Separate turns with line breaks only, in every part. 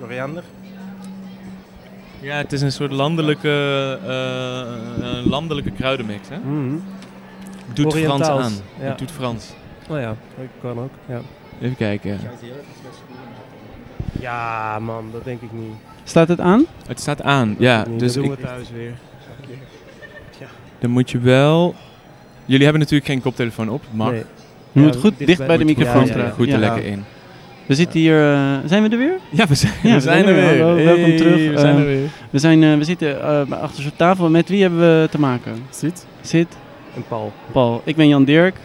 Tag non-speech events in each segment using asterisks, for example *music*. Koriander.
Ja, het is een soort landelijke, eh, eh, landelijke kruidenmix. Hè?
Mhm.
Doet Frans
Oriëntaals,
aan.
ja.
Het doet Frans.
Nou ja, dat kan ook. Ja.
Even kijken.
ja, man, dat denk ik niet.
Staat het aan?
Het staat aan, ja.
Nee,
Dus
dat doen
ik,
we thuis weer.
dan moet je wel... Jullie hebben natuurlijk geen koptelefoon op, maar
Nee.
Je
Ja,
moet goed dicht, bij de
moet je
microfoon
goed-
ja, ja, ja.
praten.
goed er
Ja.
lekker in.
We zitten hier. eh, zijn we er weer?
Ja, we zijn,
Ja,
we zijn er weer.
Hallo, welkom
Hey,
terug.
We zijn
Eh,
er weer.
We, zijn, eh, we zitten eh, achter zo'n tafel. Met wie hebben we te maken?
Zit.
Zit,
En Paul.
Paul. Ik ben Jan Dirk.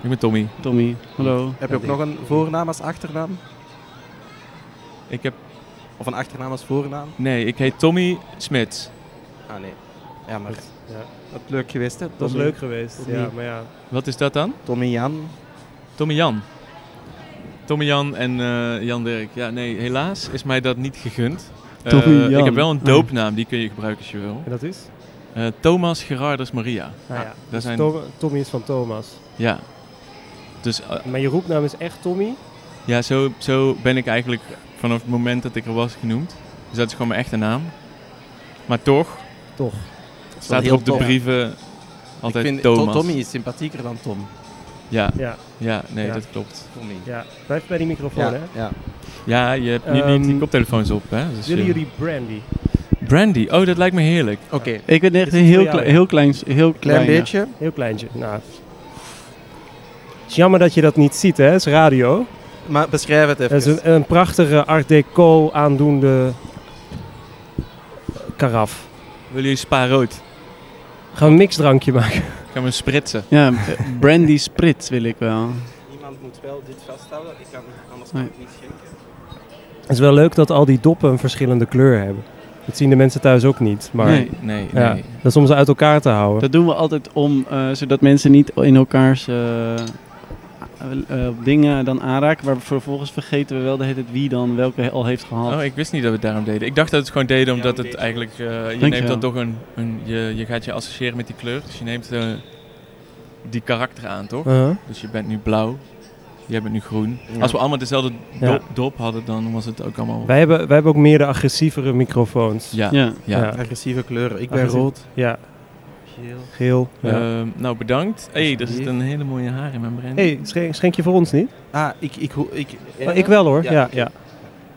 Ik ben Tommy.
Tommy, hallo.
Heb je ook nog een voornaam als achternaam?
Ik heb...
Of een achternaam als voornaam?
Nee, ik heet Tommy Smits.
Ah nee. Ja, maar
Ja.
dat is leuk geweest hè?
Dat is leuk geweest.
Tommy.
Ja, maar ja.
Wat is dat dan?
Tommy Jan.
Tommy Jan. Tommy Jan en eh, Jan Dirk. Ja, nee, helaas is mij dat niet gegund. Eh,
Tommy Jan.
Ik heb wel een doopnaam, die kun je gebruiken als je wil.
En dat is?
Eh, Thomas Gerardus Maria.
Nou ja.
daar zijn-
Tom- Tommy is van Thomas.
Ja. Dus eh,
Maar je roepnaam is echt Tommy.
ja, zo, zo ben ik eigenlijk vanaf het moment dat ik er was genoemd. Dus dat is gewoon mijn echte naam. Maar toch
Toch.
staat er op de brieven
Ik
altijd
vind To-
Thomas.
Tommy is sympathieker dan Tom.
Ja,
Ja,
ja, nee,
Ja.
dat klopt.
Tommy.
ja. Blijf bij die microfoon, hè.
ja.
Ja, je hebt nu niet die
Ehm,
koptelefoons op, hè? Dus,
Willen
eh,
jullie brandy?
Brandy. Oh, dat lijkt me heerlijk.
Oké,
Ik ben echt
Dit is
een heel,
voor jou,
kle-
hè?
heel klein. Heel
klein
kleine.
beetje.
Heel kleintje. Nou. Het is jammer dat je dat niet ziet, hè. Het is radio.
Maar beschrijf het even.
Het is een, een prachtige art deco aandoende karaf.
Willen jullie spa rood?
Gaan we een mixdrankje maken?
Gaan we spritsen?
Ja, eh, brandy spritz wil ik wel.
Iemand moet wel dit vasthouden, ik kan, anders
kan Nee.
ik niet schenken.
Het is wel leuk dat al die doppen een verschillende kleur hebben. Dat zien de mensen thuis ook niet. Maar
Nee,
Nee,
ja,
nee.
dat is om ze uit elkaar te houden.
dat doen we altijd om, eh, zodat mensen niet in elkaars eh, eh, eh, dingen dan aanraken. Maar vervolgens vergeten we wel de hele tijd wie dan welke al heeft gehad.
Oh, ik wist niet dat we het daarom deden. Ik dacht dat we het gewoon deden omdat
we
het
deden
eigenlijk... eh, je neemt
Dankjewel.
dan toch een... een je, je gaat je associëren met die kleur. Dus je neemt eh, die karakter aan, toch?
Uh-huh.
Dus je bent nu blauw. Jij bent nu groen.
Ja.
Als we allemaal dezelfde
Ja.
dop, dop hadden, dan was het ook allemaal...
wij, hebben, wij hebben ook meer de agressievere microfoons.
Ja, ja.
Ja.
Ja.
Agressieve kleuren. Ik ben
Agressief.
rood.
Ja,
Geel.
geel. Ja.
Ehm, nou, bedankt. Hé, hey, er zit
Alsjeblieft.
een hele mooie haar in mijn brein.
hey, schenk, schenk je voor ons niet?
Ah, ik... ik, ho- ik,
Oh, ik wel hoor,
Ja,
ja. ja,
oké.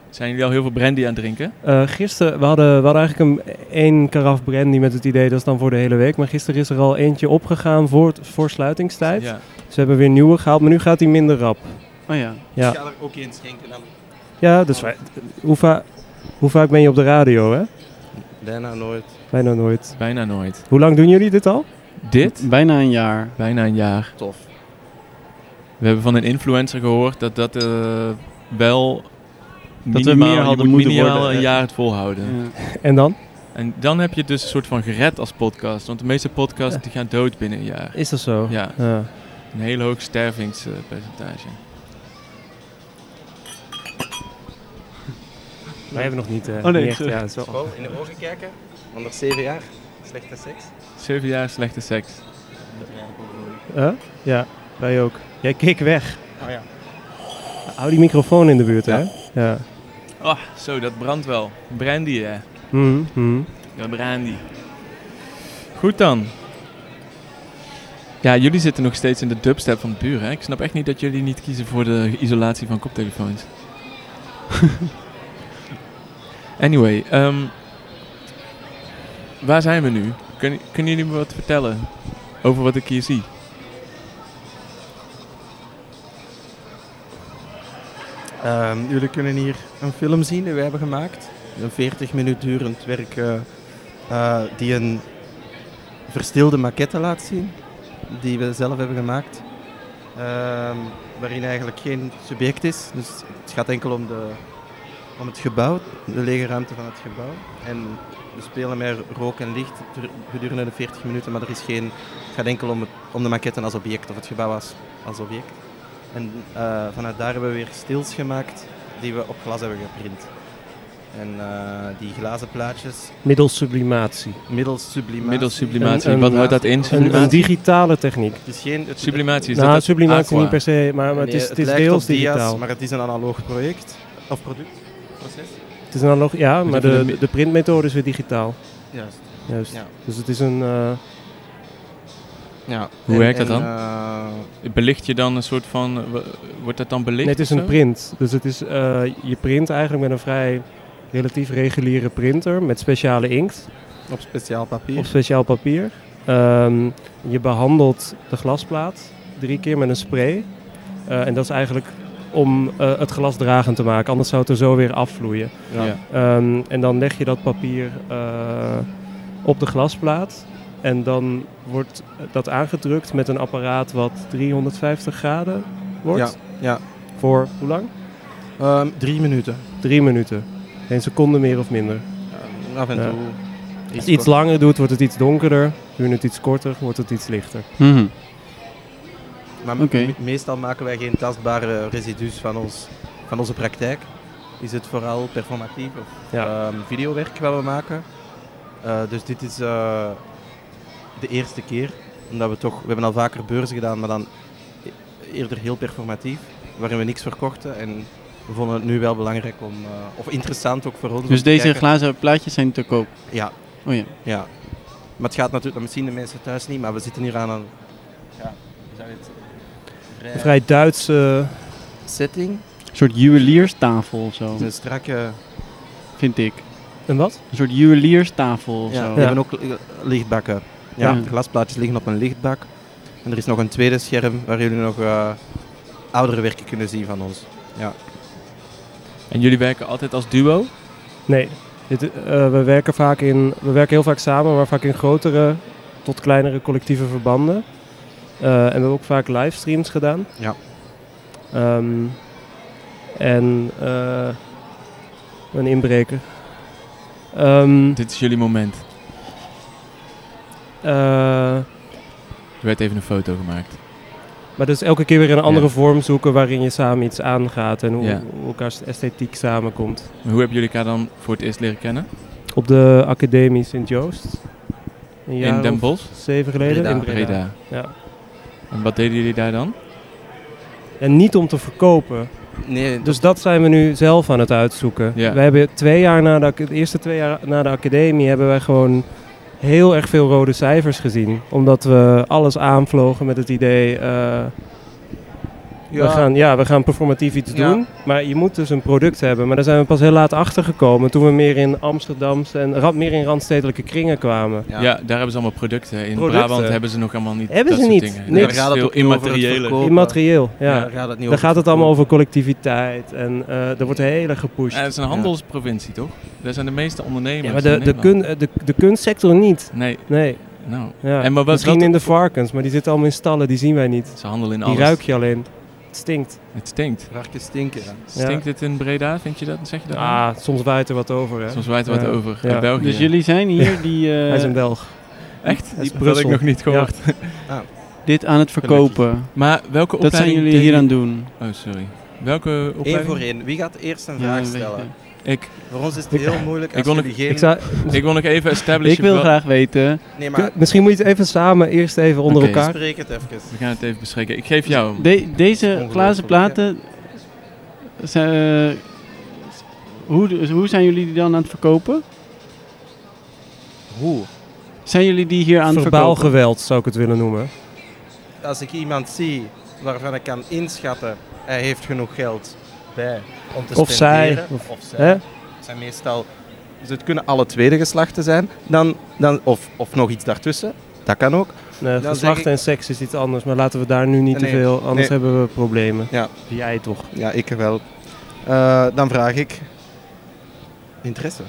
Zijn jullie al heel veel brandy aan het drinken?
Eh, gisteren, we hadden, we hadden eigenlijk een, één karaf brandy met het idee, dat is dan voor de hele week. Maar gisteren is er al eentje opgegaan voor, het- voor sluitingstijd.
Ja.
Ze hebben weer nieuwe gehaald, maar nu gaat die minder rap.
Oh ja.
Ja.
Ik ga er ook eens schenken dan.
Ja, dus wij- hoe, va- hoe vaak ben je op de radio, hè?
Bijna nooit.
Bijna nooit.
Bijna nooit.
Hoe lang doen jullie dit al?
Dit?
Bijna een jaar.
Bijna een jaar.
Tof.
We hebben van een influencer gehoord dat dat eh, wel minimaal,
meer
je
hadden
moet
moeten
minimaal
worden,
een
eh.
jaar het volhouden.
Ja.
En dan?
En dan heb je het dus een soort van gered als podcast. Want de meeste podcasts die gaan dood binnen een jaar.
Is dat zo?
Ja,
Ja.
een heel hoog stervingspercentage.
Wij hebben nog niet. eh,
nee,
niet echt,
sorry.
ja, het is wel-
in de ogen kijken. Onder zeven jaar. Slechte seks.
Zeven jaar slechte seks.
Huh? Ja, wij ook. Jij keek weg.
Oh ja.
Hou die microfoon in de buurt, hè? Ja.
Ah, zo, dat brandt wel. Brandy, hè.
Mhm, mhm.
Ja, brandy. Goed dan. Ja, jullie zitten nog steeds in de dubstep van de buren, hè? Ik snap echt niet dat jullie niet kiezen voor de isolatie van koptelefoons. *laughs* anyway, ehm, waar zijn we nu? Kun, kunnen jullie me wat vertellen over wat ik hier zie?
Ehm, jullie kunnen hier een film zien die we hebben gemaakt. Een 40 minuut durend werk eh, eh, die een verstilde maquette laat zien. Die we zelf hebben gemaakt. Ehm, waarin eigenlijk geen subject is. Dus het gaat enkel om, de, om het gebouw, de lege ruimte van het gebouw. En we spelen met rook en licht dur- gedurende de 40 minuten, maar er is geen, het gaat enkel om, het, om de maquette als object of het gebouw als, als object. En eh, vanuit daar hebben we weer stils gemaakt die we op glas hebben geprint. En eh, die glazen plaatjes
Middels sublimatie.
middels sublimatie.
Middels sublimatie.
Een- een-
wat houdt dat in?
Een,
Sublimatie?
een digitale techniek.
Het is geen, het,
Sublimatie, is
nou,
dat
sublimatie
aqua?
niet per se, maar, maar
Nee,
het is, het is
lijkt op
deels
dia's,
digitaal.
maar het is een analoog project of product. proces?
Het is analoog, ja, maar
even
de, de printmethode is weer digitaal.
Juist.
Juist.
Ja.
Dus het is een. eh,
Ja.
Hoe werkt dat dan?
eh,
Belicht je dan een soort van. eh, wa- Wordt dat dan belicht?
nee, het is
of
een
zo?
print. Dus het is, eh, je print eigenlijk met een vrij relatief reguliere printer met speciale inkt
op speciaal papier.
op speciaal papier. Ehm, je behandelt de glasplaat drie keer met een spray. Eh, en dat is eigenlijk om eh, het glas dragend te maken, anders zou het er zo weer afvloeien.
Ja.
Ehm, en dan leg je dat papier eh, op de glasplaat. En dan wordt dat aangedrukt met een apparaat wat 350 graden wordt.
Ja, ja.
Voor hoe lang?
Ehm, drie minuten.
Drie minuten. Geen seconde meer of minder.
Ehm, af en
Ja.
toe.
Als je iets
kort.
langer doet, wordt het iets donkerder. Doe je het iets korter, wordt het iets lichter.
Mhm.
Maar
Oké.
me- meestal maken wij geen tastbare residu's van, ons, van onze praktijk. Is het vooral performatief of
Ja.
ehm, videowerk wat we maken. Eh, dus dit is eh, de eerste keer. Omdat we toch, we hebben al vaker beurzen gedaan, maar dan e- eerder heel performatief. Waarin we niks verkochten. En we vonden het nu wel belangrijk om, eh, of interessant ook voor ons. om
Dus
te
deze
kijken-
glazen plaatjes zijn te koop.
Ja,
Oh ja.
ja. Maar het gaat natuurlijk, misschien de mensen thuis niet, maar we zitten hier aan een... Ja, hoe zou je het...
Een vrij Duitse.
setting.
Een soort juwelierstafel of zo,
Het is een strakke...
vind ik.
Een wat?
Een soort juwelierstafel of
Ja,
zo.
we hebben ook li- lichtbakken. Ja,
Ja.
de glasplaatjes liggen op een lichtbak. En er is nog een tweede scherm waar jullie nog eh, oudere werken kunnen zien van ons.
En jullie werken altijd als duo?
Nee. Dit, eh, we, werken vaak in, we werken heel vaak samen, maar vaak in grotere tot kleinere collectieve verbanden. Eh, en we hebben ook vaak livestreams gedaan.
Ja.
Ehm, en eh, een inbreker. Ehm,
Dit is jullie moment.
eh,
Er werd even een foto gemaakt.
maar dus elke keer weer een andere
Ja.
vorm zoeken waarin je samen iets aangaat en hoe,
Ja.
hoe elkaars esthetiek samenkomt.
Maar hoe hebben jullie elkaar dan voor het eerst leren kennen?
Op de Academie Sint-Joost. Een jaar
in Den
of
Bosch?
zeven geleden
Breda.
in
Breda.
Ja.
En wat deden jullie daar dan?
En niet om te verkopen.
Nee,
Dus dat zijn we nu zelf aan het uitzoeken.
Ja.
We hebben twee jaar na de, ac- de eerste twee jaar na de academie hebben wij gewoon heel erg veel rode cijfers gezien. Omdat we alles aanvlogen met het idee, eh, we, gaan, ja, we gaan performatief iets
Ja.
doen. Maar je moet dus een product hebben. Maar daar zijn we pas heel laat achter gekomen toen we meer in Amsterdamse en ra- meer in randstedelijke kringen kwamen.
Ja. daar hebben ze allemaal producten. In
Producten?
Brabant hebben ze nog allemaal niet.
Hebben
dat
ze
soort
niet.
Dingen.
Niks.
Daar gaat het
Veel
ook niet over het
immateriële.
verkopen.
Immaterieel, ja.
daar gaat het niet
Daar gaat het allemaal over collectiviteit en eh er wordt heel erg gepusht.
Ja, het is een handelsprovincie, toch? Daar zijn de meeste ondernemers.
Ja, maar de,
in
de,
Nederland.
kun, eh, de, de kunstsector niet.
Nee,
Nee.
nou.
Ja.
En maar wat-
Misschien
wat-
in de varkens, maar die zitten allemaal in stallen, die zien wij niet.
Ze handelen in
Die
alles.
ruik je alleen. Het stinkt.
Het stinkt.
Varkens stinken. ja.
Stinkt het in Breda, vind je dat? Zeg je dat?
Ah, soms waait er wat over, hè.
Soms wijt er wat
Ja.
over.
Oh, Ja.
In België.
Dus jullie zijn hier die, eh,
Hij is een Belg.
Echt?
is
Die dat had ik
Brussel.
nog niet gehoord.
dit aan het verkopen.
Maar welke opleiding...
Dat zijn jullie
deed
hier
je-
aan het doen.
Oh, sorry. Welke
Eén
opleiding?
voor één. Wie gaat eerst een
Ja,
vraag
weet
stellen?
je.
Ik,
Voor ons is het heel moeilijk als
wil
jullie geen...
Ik zou,
ik wil nog
*laughs*
even establishen...
Ik wil
wel-
graag weten.
Nee, maar
misschien moet je het even samen, eerst even onder
Oké.
elkaar.
spreek het even.
We gaan het even bespreken. Ik
Dus
geef jou hem.
De- deze
ongelooflijk,
glazen platen. zijn, eh, hoe, hoe zijn jullie die dan aan het verkopen?
Hoe?
Zijn jullie die hier aan het
Verbaal
verkopen?
geweld zou ik het willen noemen.
Als ik iemand zie waarvan ik kan inschatten, hij heeft genoeg geld bij om te
Of zij,
spenderen.
of-
of zij.
Hè?
Het zijn meestal, dus het kunnen alle tweede geslachten zijn, dan, dan, of, of nog iets daartussen, dat kan ook.
Nee,
Dan
geslacht
zeg ik-
en seks is iets anders, maar laten we daar nu niet
Nee,
te veel, anders
nee.
hebben we problemen.
Ja.
Jij toch?
Ja, ik wel. Eh, dan vraag ik interesse.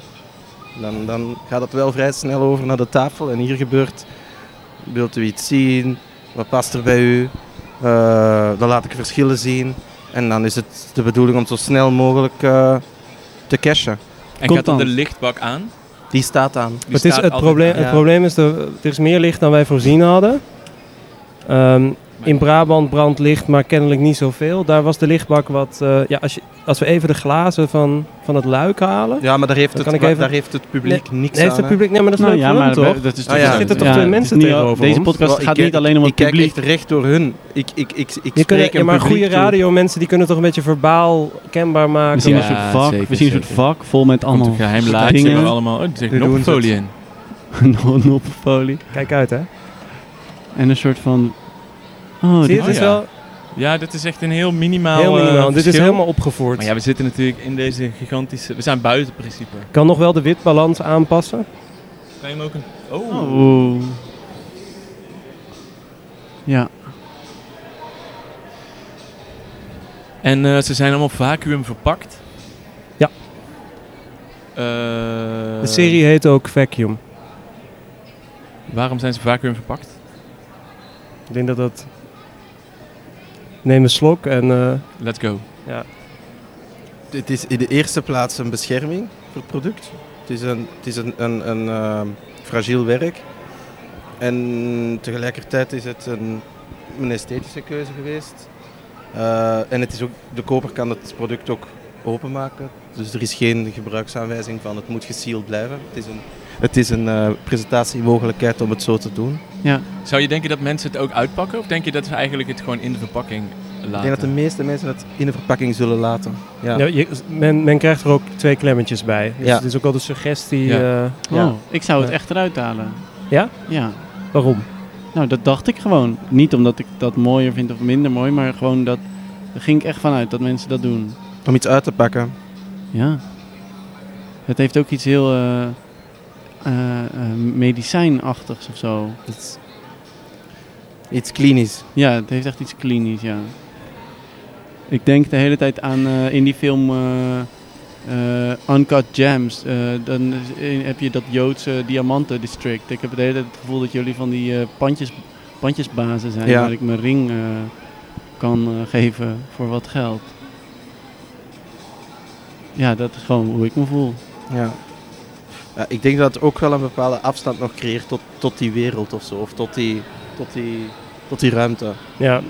Dan, dan gaat het wel vrij snel over naar de tafel en hier gebeurt, wilt u iets zien, wat past er bij u, Eh, dan laat ik verschillen zien. En dan is het de bedoeling om zo snel mogelijk eh, te cashen.
En gaat dan de
Contant.
lichtbak aan?
Die staat aan.
Die
Maar het, is
staat
het,
altijd
probleem,
aan.
het
Ja.
probleem is, dat er is meer licht dan wij voorzien hadden. Ehm, In Brabant brandt licht, maar kennelijk niet zoveel. Daar was de lichtbak wat... eh, ja, als, je, als we even de glazen van, van het luik halen...
Ja, maar daar heeft,
Dan
het,
kan ik
wa-
even-
daar heeft het publiek niks
Nee, heeft
aan.
het
hè.
publiek... Nee, maar dat is
nou
leuk
ja,
voor
maar
hun, toch?
dat is
Ah, ja.
natuurlijk-
Er zitten
toch twee
het is
mensen
niet-
tegenover
Deze
ons?
podcast
Wel, ik
gaat
kijk-
niet alleen om het
ik kijk
publiek.
echt recht door hun. Ik, ik, ik, ik
Je kunt,
spreek
ja,
een
maar
publiek
goede
toe.
radio mensen die kunnen toch een beetje verbaal kenbaar
We
maken.
zien
Ja,
een soort vak,
zeker,
we zien een soort
zeker.
vak vol met
Allemaal
allemaal
geheim
soort
laadje waar
*laughs* dingen.
allemaal... Oh, er zit
Nu doen ze
knopfolie
het.
in.
Noppenfolie.
Kijk uit, hè.
En een soort van... Oh,
Zie je,
dit
het
oh
is
ja.
wel
Ja, dit is echt een heel minimaal
heel
eh,
minimaal. Dit is
verschil.
helemaal opgevoerd.
Maar ja, we zitten natuurlijk in deze gigantische... We zijn buiten in principe.
Kan nog wel de witbalans aanpassen.
Kan je hem ook een... Oh.
Oh. Ja.
En eh, ze zijn allemaal vacuüm verpakt.
Ja.
Eh,
De serie heet ook Vacuum.
Waarom zijn ze vacuüm verpakt?
Ik denk dat dat... Neem een slok en... eh,
Let's go.
Het is in de eerste plaats een bescherming voor het product. Het is een, het is een, een, een ehm, fragiel werk. En tegelijkertijd is het een, een esthetische keuze geweest. Eh, en het is ook, de koper kan het product ook openmaken. Dus er is geen gebruiksaanwijzing van het moet gesealed blijven. Het is een, het is een eh, presentatiemogelijkheid om het zo te doen.
Zou je denken dat mensen het ook uitpakken? Of denk je dat ze eigenlijk het gewoon in de verpakking laten?
Ik denk dat de meeste mensen het in de verpakking zullen laten. Ja.
ja, je- men, men krijgt er ook twee klemmetjes bij. Dus
Ja.
het is ook wel de suggestie...
Ja.
eh,
Ja.
Oh, ik zou het
Ja.
echt eruit halen.
Ja?
Ja.
waarom?
Nou, dat dacht ik gewoon. Niet omdat ik dat mooier vind of minder mooi, maar gewoon dat... Daar ging ik echt vanuit dat mensen dat doen.
Om iets uit te pakken.
Ja. Het heeft ook iets heel eh, eh, eh, medicijnachtigs of zo.
Iets, iets klinisch.
Ja, het heeft echt iets klinisch, ja. Ik denk de hele tijd aan eh, in die film eh, eh, Uncut Gems. Eh, dan is- eh, heb je dat Joodse diamanten district. Ik heb de hele tijd het gevoel dat jullie van die eh, pandjes, pandjesbazen zijn.
Ja.
Waar ik mijn ring eh, kan eh, geven voor wat geld. Ja, dat is gewoon hoe ik me voel.
Ja. Ja, ik denk dat het ook wel een bepaalde afstand nog creëert tot, tot die wereld of zo. Of tot die, tot, die, tot die ruimte.
Ja,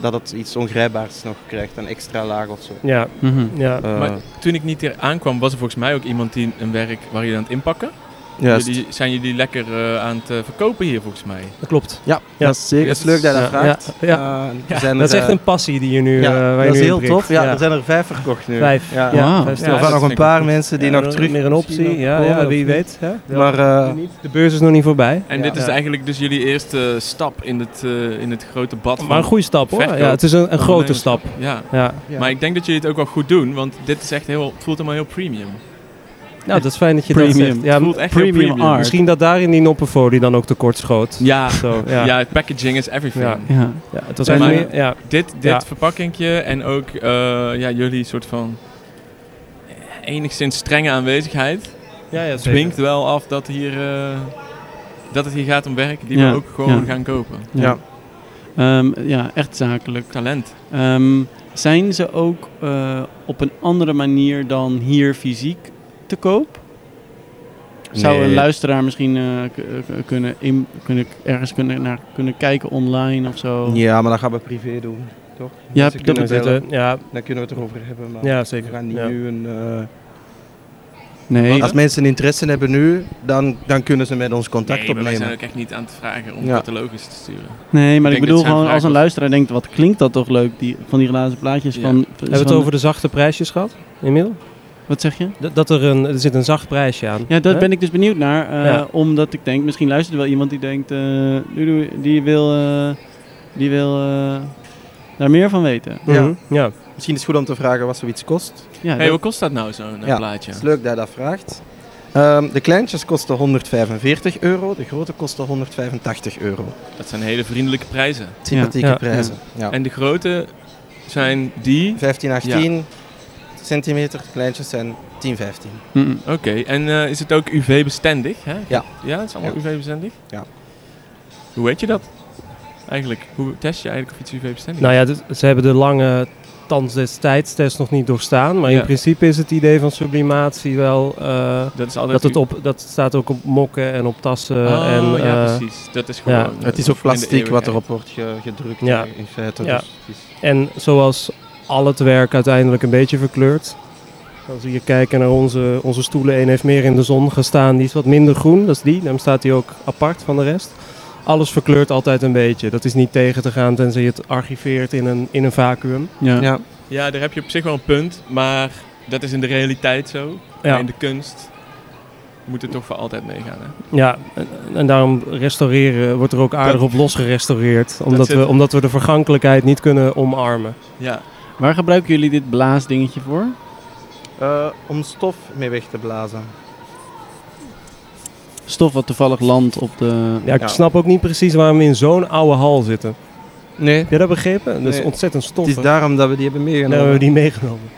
Dat het iets ongrijpbaars nog krijgt, een extra laag of zo.
ja,
Mhm.
ja.
Eh,
Maar toen ik niet hier aankwam, was er volgens mij ook iemand die een werk waar jullie aan het inpakken.
juist.
Jullie, zijn jullie lekker eh, aan het eh, verkopen hier volgens mij?
Dat klopt.
Ja,
Ja.
dat is zeker dat is leuk dat je dat
Ja,
vraagt.
ja, ja.
Eh, er zijn
Dat is
er,
echt
eh,
een passie die je nu...
ja,
eh, waar je
dat is
nu in
heel
prikt.
tof. Ja,
Ja.
Er zijn er vijf verkocht nu.
Vijf.
Ja.
Ja. Wauw.
vijf
Ja, er
stilstaande
waren nog
vind
een
ik
paar mensen die
Ja,
nog
dat-
terug...
Meer een optie,
misschien
ja,
nog
ja,
komen,
wie
of niet.
weet. Hè?
Maar eh,
de beurs is nog niet voorbij.
En
Ja.
dit is
Ja.
eigenlijk dus jullie eerste stap in het, eh, in het grote bad van...
Maar een goede stap hoor.
Verkoop.
Ja, het is een, een grote stap.
ondernemerschap. Ja.
Ja.
ja.
maar ik denk dat jullie het ook wel goed doen, want dit is echt heel, het voelt helemaal heel premium.
Nou, dat is fijn dat je dat
Premium.
zegt.
Het
Ja,
voelt echt heel
premium
premium.
art.
misschien dat daarin die noppenfolie dan ook tekort schoot.
Ja,
Zo, ja.
ja.
Ja.
het packaging is everything.
Ja.
Ja.
het was
En,
echt
eh,
meer- ja.
Dit, dit
Ja.
verpakkingje en ook eh, ja, jullie soort van eh, enigszins strenge aanwezigheid
Ja, ja,
dwingt wel af dat, hier, eh, dat het hier gaat om werk die
Ja,
we ook gewoon
ja.
gaan kopen.
Ja.
Ehm, ja, echt zakelijk.
Talent.
Ehm, zijn ze ook eh, op een andere manier dan hier fysiek te koop? Zou een
Nee.
luisteraar misschien eh, k- eh, kunnen, in, kunnen ergens kunnen, naar kunnen kijken online of zo?
Ja, maar dat gaan we privé doen, toch?
Ja,
Mensen
dat
kunnen
Ja,
zelf-
zeker. Ja,
Dan kunnen we het erover hebben, maar
ja,
we
zeker.
gaan niet
Ja.
nu een... eh,
Nee,
Als mensen interesse hebben nu, dan, dan kunnen ze met ons contact
Nee, maar wij zijn
opnemen.
ook echt niet aan het vragen om
Ja.
catalogus te sturen.
nee maar ik,
denk
bedoel
dat zijn
gewoon als een
vragen-
luisteraar denkt, wat klinkt dat toch leuk, die, van die glazen plaatjes?
Ja.
Van,
Hebben we het over de zachte prijsjes gehad, Emiel?
Wat zeg je?
Dat, dat er, een, er zit een zacht prijsje aan.
Ja, daar
Hè?
ben ik dus benieuwd naar. eh,
Ja.
Omdat ik denk, misschien luistert er wel iemand die denkt, eh, doei, doei, die wil, eh, die wil eh, daar meer van weten.
Ja.
Mhm. ja.
Misschien is het goed om te vragen wat zoiets kost.
Ja,
Hé, hey,
dat-
wat kost dat nou zo'n eh,
Ja.
plaatje?
Het is leuk dat je dat vraagt. Ehm, de kleintjes kosten 145 euro, de grote kosten 185 euro.
Dat zijn hele vriendelijke prijzen.
Sympathieke
Ja, ja,
prijzen. Ja.
En de grote zijn die.
15, 18 centimeter, de kleintjes zijn 10, 15.
Mm-mm.
Oké, en eh, is het ook UV-bestendig? Hè?
Ja.
Ja, het is allemaal
Ja.
UV-bestendig?
Ja.
Hoe weet je dat? Eigenlijk, hoe test je eigenlijk of iets UV-bestendig
Nou ja, dit- ze hebben de lange thans des tijdstest nog niet doorstaan. Maar
Ja.
in principe is het idee van sublimatie wel... eh,
Dat is
dat,
altijd...
het op, dat staat ook op mokken en op tassen.
Oh,
en,
ja,
eh,
precies. Dat is gewoon...
ja.
eh,
Het is ook
voor in de
plastic
eeuwigheid.
wat erop wordt ge- gedrukt
Ja.
eh, in feite.
Ja.
Dus het is-
En zoals al het werk uiteindelijk een beetje verkleurt. Als we hier kijken naar onze, onze stoelen, één heeft meer in de zon gestaan. Die is wat minder groen, dat is die. Daarom staat die ook apart van de rest. Alles verkleurt altijd een beetje. Dat is niet tegen te gaan tenzij je het archiveert in een, in een vacuüm.
Ja.
ja.
Ja, daar heb je op zich wel een punt, maar dat is in de realiteit zo. Maar
Ja,
in de kunst moet het toch voor altijd meegaan. Hè?
ja. En, en daarom restaureren wordt er ook aardig op los gerestaureerd. Omdat
zit-
we, omdat we de vergankelijkheid niet kunnen omarmen.
Ja.
Waar gebruiken jullie dit blaasdingetje voor?
Eh, om stof mee weg te blazen.
Stof wat toevallig landt op de...
Ja, ik
Ja.
snap ook niet precies waarom we in zo'n oude hal zitten.
Nee,
Heb je dat begrepen? Dat is
Nee.
ontzettend
het
stoffig.
is daarom dat we die hebben
Nou, we
meegenomen.
hebben die meegenomen.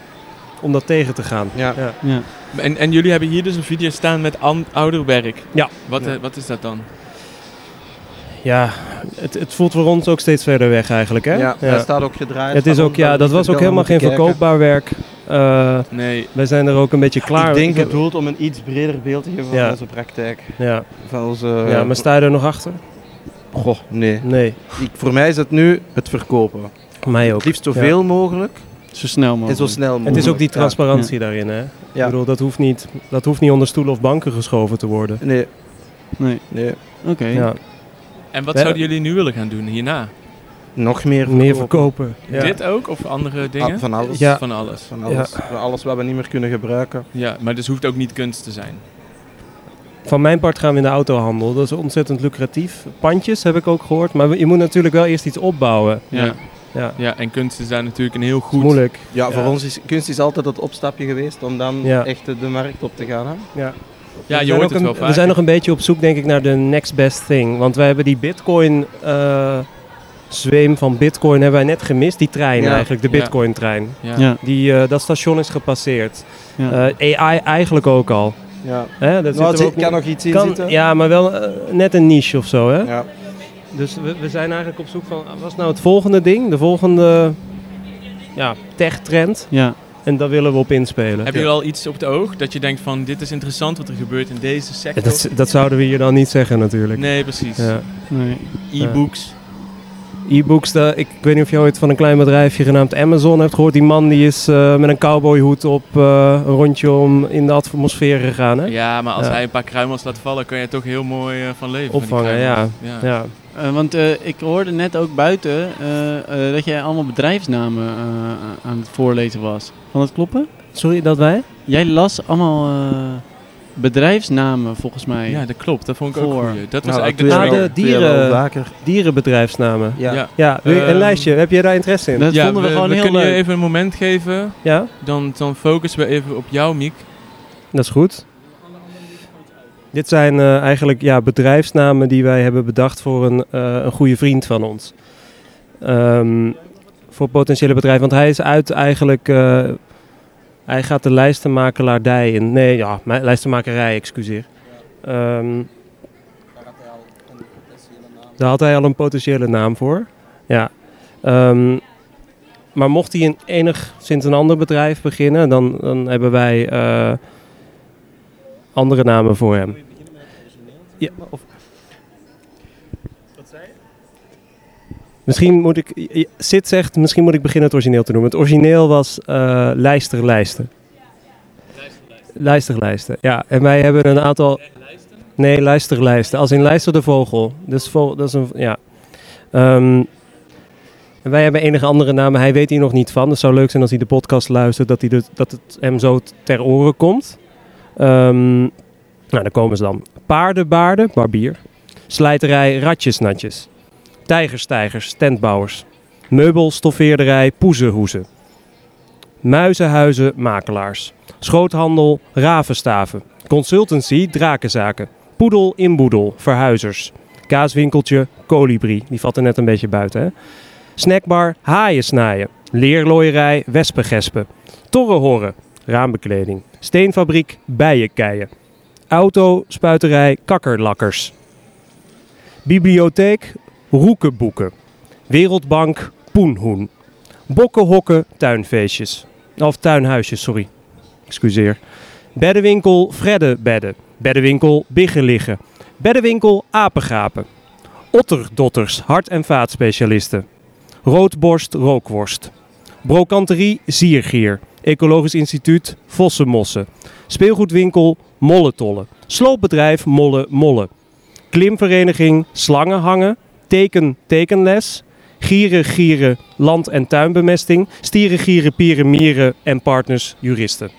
Om dat tegen te gaan.
Ja.
Ja.
Ja.
En, en jullie hebben hier dus een video staan met an- ouder werk.
Ja.
Wat, eh,
Ja.
wat is dat dan?
Ja, het, het voelt voor ons ook steeds verder weg eigenlijk, hè?
Ja, hij staat ook gedraaid.
Het is
van
ook,
ons,
ja,
dan
dat
moet
was
je
ook
wel
helemaal geen
moeten kijken.
verkoopbaar werk. Eh,
Nee.
wij zijn er ook een beetje klaar
Ik denk
heb-
bedoeld om een iets breder beeld te geven van
Ja.
onze praktijk.
Ja.
Van onze...
ja, maar sta je er nog achter?
Goh, nee.
Nee,
Ik, voor mij is het nu het verkopen.
mij ook.
Het liefst zoveel mogelijk
Zo snel
en
mogelijk.
zo snel mogelijk.
Het is ook die
Ja.
transparantie daarin, hè? Ik
Ja.
bedoel, dat hoeft, niet, dat hoeft niet onder stoelen of banken geschoven te worden.
Nee,
Nee,
nee.
oké.
Ja.
En wat
Wij-
zouden jullie nu willen gaan doen hierna?
Nog meer verkopen.
Meer verkopen. Ja.
Dit ook of andere dingen?
Ah, van alles.
Ja.
Van alles.
Van alles. Alles wat we niet meer kunnen gebruiken.
Ja, maar dus hoeft ook niet kunst te zijn.
Van mijn part gaan we in de autohandel. Dat is ontzettend lucratief. Pandjes heb ik ook gehoord. Maar je moet natuurlijk wel eerst iets opbouwen.
Ja.
Ja.
Ja.
Ja.
en kunst is daar natuurlijk een heel
Dat is
goed...
moeilijk.
Ja, voor
Ja.
ons is kunst is altijd dat opstapje geweest om dan
Ja.
echt de de markt op te gaan. Hè?
Ja,
We
je
zijn
hoort
ook
het wel
een-
vaak.
We zijn nog een beetje op zoek, denk ik, naar de next best thing. Want wij hebben die bitcoin... eh, zweem van bitcoin hebben wij net gemist. Die trein
Ja.
eigenlijk, de
Ja.
bitcoin trein.
Ja.
Ja.
Die, eh, dat station is gepasseerd.
Ja.
Eh, AI eigenlijk ook al.
Ja.
Hè, dat
Nou,
zit er
het
ook-
kan nog iets in
kan-
zitten.
Ja, maar wel eh, net een niche of zo. Hè?
Ja.
Dus we, we zijn eigenlijk op zoek van, ah, wat is nou het volgende ding? De volgende ja, tech-trend.
Ja.
En daar willen we op inspelen.
Hebben jullie al iets op het oog dat je denkt van dit is interessant wat er gebeurt in deze
Ja,
sector?
dat, dat zouden we hier dan niet zeggen natuurlijk.
Nee, precies.
Ja.
Nee.
E-books.
E-books, daar- ik, ik weet niet of je ooit van een klein bedrijfje genaamd Amazon hebt gehoord. Die man die is eh, met een cowboyhoed op eh, een rondje om in de atmosfeer gegaan. Hè?
Ja, maar als
Ja.
hij een paar kruimels laat vallen, kan je er toch heel mooi eh, van leven. van die
Opvangen,
kruimels. Ja.
Ja.
Eh, want eh, ik hoorde net ook buiten eh, eh, dat jij allemaal bedrijfsnamen eh, aan het voorlezen was. Kan dat kloppen?
Sorry, dat wij?
Jij las allemaal eh, bedrijfsnamen volgens mij.
Ja, dat klopt. Dat vond ik ook
Voor.
een goeie. Dat was
Nou,
eigenlijk
Ah,
de
twee
trigger.
wel-
de
twee wel
dieren-
vaker.
Dierenbedrijfsnamen.
Ja.
Ja.
Ja, wil je- een
Ehm,
lijstje. Heb jij daar interesse in?
Dat
Ja,
vonden we, gewoon heel
kunnen
leuk.
je even een moment geven.
Ja,
Dan, dan focussen we even op jou, Miek.
dat is goed. Dit zijn eh, eigenlijk ja, bedrijfsnamen die wij hebben bedacht voor een, eh, een goede vriend van ons. Ehm, voor potentiële bedrijven. Want hij is uit eigenlijk... eh, hij gaat de lijstenmakelaardij in. Nee, ja, mijn- lijstenmakerij, excuseer. Ehm, daar had hij al een potentiële naam voor. Ja. Ehm, maar mocht hij in enigszins een ander bedrijf beginnen, dan, dan hebben wij eh, andere namen voor hem. Ja, of... Misschien moet ik, i- i- Sid zegt, misschien moet ik beginnen het origineel te noemen. Het origineel was eh lijsterlijsten. Lijsterlijsten, ja. En wij hebben een aantal... Nee, luisterlijsten. Als in luister de vogel. Dus vo- dat is een... Ja. Ehm, en wij hebben enige andere namen. Hij weet hier nog niet van. Het zou leuk zijn als hij de podcast luistert. Dat, hij dus, dat het hem zo t- ter oren komt. Ehm, nou, daar komen ze dan. Paardenbaarden, barbier. Slijterij, ratjesnatjes. Tijgerstijgers, tentbouwers. Meubelstoffeerderij, poezenhoezen. Muizenhuizen, makelaars. Schoothandel, ravenstaven. Consultancy, drakenzaken. Poedel, inboedel, verhuizers. Kaaswinkeltje, kolibri. Die valt er net een beetje buiten, hè? Snackbar, haaien snaaien. Leerlooierij, wespengespen. Torrenhorren, raambekleding. Steenfabriek, bijenkeien. Autospuiterij, kakkerlakkers. Bibliotheek, roekenboeken. Wereldbank, poenhoen. Bokkenhokken, tuinfeestjes. Of tuinhuisjes, sorry. Excuseer. Beddenwinkel Fredde bedden. Beddenwinkel Biggen liggen. Beddenwinkel Apengapen. Otterdotters, hart- en vaatspecialisten. Roodborst Rookworst. Brokanterie Ziergier. Ecologisch Instituut Vossenmossen. Speelgoedwinkel Molletolle. Sloopbedrijf Molle Molle. Klimvereniging Slangen Hangen. Teken Tekenles. Gieren Gieren Land- en Tuinbemesting. Stieren Gieren Pieren Mieren en Partners Juristen.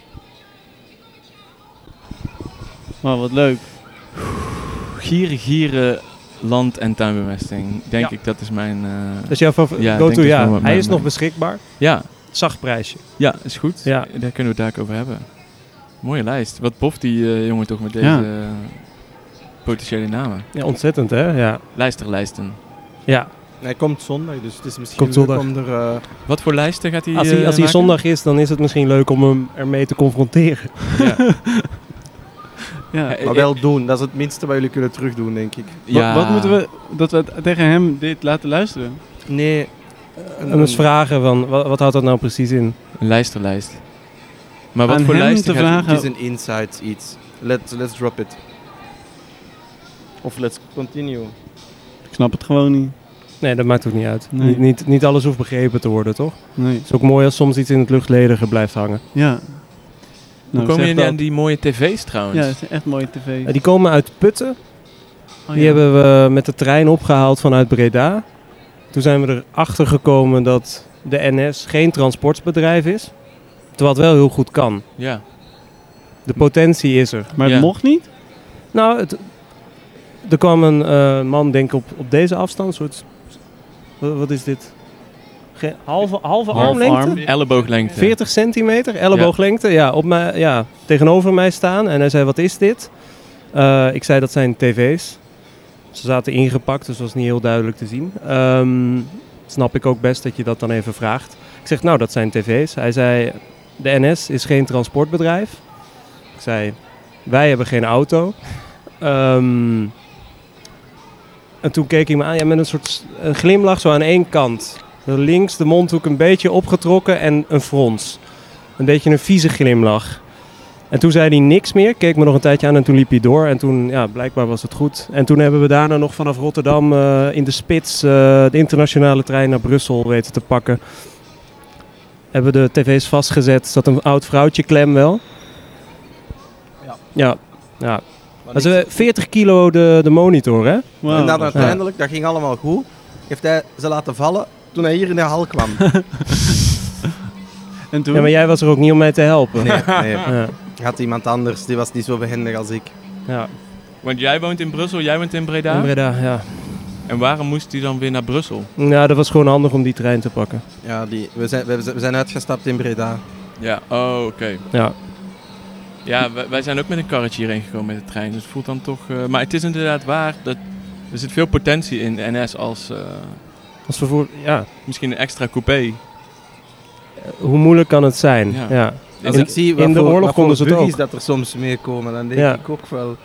Wow, wat leuk.
Gieren, gieren, land- en tuinbemesting. Denk
Ja.
ik, dat is mijn... eh,
Dus-
Dat is jouw favoriet.
Ja, ik
go-to,
denk dat is
ja.
wel wat
Hij
mijn-
is nog beschikbaar.
ja,
Zacht prijsje.
ja, is goed.
Ja.
Daar kunnen we het daar ook over hebben. Mooie lijst. Wat boft die eh, jongen toch met deze
Ja.
eh, potentiële namen.
Ja, ontzettend hè? Ja.
Lijsterlijsten.
Ja.
Hij komt zondag, dus het is misschien
Komt
leuk
zondag.
om er... eh,
Wat voor lijsten gaat hij
Als hij,
eh,
als hij
maken?
zondag is, dan is het misschien leuk om hem ermee te confronteren.
Ja.
Eh,
maar wel doen, dat is het minste wat jullie kunnen terugdoen, denk ik.
Ja.
Wat, wat moeten we... Dat we het tegen hem dit laten luisteren?
Nee. Eh,
En hem eens vragen van, wat, wat houdt dat nou precies in?
Een lijsterlijst. Maar wat
Aan
voor
hem
lijsten
te
gaat hij-
vragen.
Het is een insight iets. Let's, let's drop it. Of let's continue.
Ik snap het gewoon niet.
Nee, dat maakt ook niet uit.
Nee.
Niet, niet, niet alles hoeft begrepen te worden, toch?
Nee.
Het is ook mooi als soms iets in het luchtledige blijft hangen.
Ja. Nou,
Hoe kom
zeg
je aan
dat.
die mooie tv's trouwens?
Ja, het is echt mooie tv.
Eh, Die komen uit Putten.
Oh,
Die
ja.
hebben we met de trein opgehaald vanuit Breda. Toen zijn we erachter gekomen dat de NS geen transportbedrijf is. Terwijl het wel heel goed kan.
Ja.
De potentie is er.
Maar het
Ja.
mocht niet?
Nou, het, er kwam een eh, man, denk ik, op, op deze afstand. een Soort, wa- wat is dit? Ge- halve halve
Half
armlengte?
arm.
Ellebooglengte.
40 centimeter, ellebooglengte. Ja, op mij, ja, tegenover mij staan. En hij zei, wat is dit? Eh, ik zei, dat zijn tv's. Ze zaten ingepakt, dus dat was niet heel duidelijk te zien. Ehm, snap ik ook best dat je dat dan even vraagt. Ik zeg, nou, dat zijn tv's. Hij zei, de NS is geen transportbedrijf. Ik zei, wij hebben geen auto. Ehm, en toen keek hij me aan ja, met een soort s- een glimlach zo aan één kant. De Links de mondhoek een beetje opgetrokken en een frons. Een beetje een vieze glimlach. En toen zei hij niks meer, keek me nog een tijdje aan en toen liep hij door. En toen, ja, blijkbaar was het goed. En toen hebben we daarna nog vanaf Rotterdam eh, in de spits eh, de internationale trein naar Brussel weten te pakken. Hebben de tv's vastgezet, zat een oud vrouwtje klem wel.
Ja.
Ja, ja. Dat is eh, 40 kilo de, de monitor, hè?
Wauw.
en dan
Dat-
uiteindelijk, dat ging allemaal goed, heeft hij ze laten vallen toen hij hier in de hal *laughs* kwam.
En toen?
Ja, maar jij was er ook niet om mij te helpen.
Nee, nee.
Ja,
Had iemand anders, die was niet zo behendig als ik.
ja.
Want jij woont in Brussel, jij woont in Breda.
In Breda, ja.
En waarom moest hij dan weer naar Brussel?
Nou, dat was gewoon handig om die trein te pakken.
Ja, die, we, zijn, we, zijn- we zijn uitgestapt in Breda.
Ja, oh, oké.
Ja.
Ja, wij, wij zijn ook met een karretje hierheen gekomen met de trein. Dus het voelt dan toch... eh, maar het is inderdaad waar. Dat, er zit veel potentie in de NS als eh,
Als vervoer, ja.
misschien een extra coupé.
Hoe moeilijk kan het zijn? Ja.
Ja.
ja.
Als
In-
ik zie wat
in de
voor-
oorlog
wat voor
konden ze het
buggies
ook.
dat er soms meekomen, dan denk
Ja.
ik ook wel.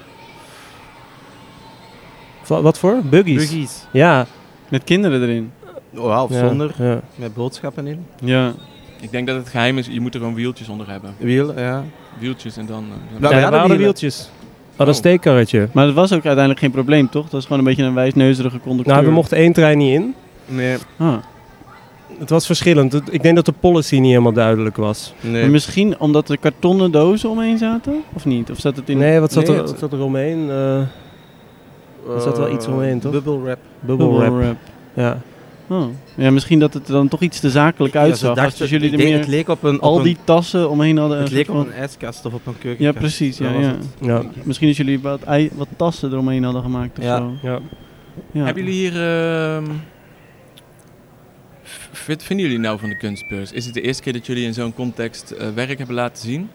Wa- Wat voor? Buggies?
Buggies.
Ja.
Met kinderen erin.
Oh, of
ja.
zonder,
Ja.
met boodschappen in.
Ja.
Ik denk dat het geheim is, je moet er gewoon wieltjes onder hebben.
Wiel, ja.
Wieltjes en dan...
Ja,
eh,
Nou,
we
we hadden
hadden
wielen.
wieltjes. We hadden een
Oh.
steekkarretje.
Maar dat was ook uiteindelijk geen probleem, toch? Dat was gewoon een beetje een wijsneuzerige conducteur.
Nou, we mochten één trein niet in.
Nee,
Ah.
Het was verschillend. Het- Ik denk dat de policy niet helemaal duidelijk was.
Maar
nee.
misschien omdat er kartonnen dozen omheen zaten? Of niet? Of zat het in...
Nee, wat zat,
Nee,
er,
het-
wat zat er omheen? Eh, Er zat wel iets
Eh,
omheen, toch?
Bubble wrap.
bubble
bubble
wrap.
wrap.
Ja.
Oh. Ja, misschien dat het er dan toch iets te zakelijk
Ja, ze
uitzag.
dachten-
als dus jullie
ik
er
denk,
meer
het leek op een, op
al
een-
die tassen omheen
eh,
hadden.
het
een
leek op
soort
een
van-
ijskast of op een keuken.
Ja, precies. Ja,
Dat was
ja.
het.
Ja.
Misschien dat jullie wat, ei- wat tassen eromheen hadden gemaakt of
Ja.
zo.
ja.
Ja.
Hebben jullie hier... ehm, v- wat vinden jullie nou van de kunstbeurs? Is het de eerste keer dat jullie in zo'n context eh, werk hebben laten zien?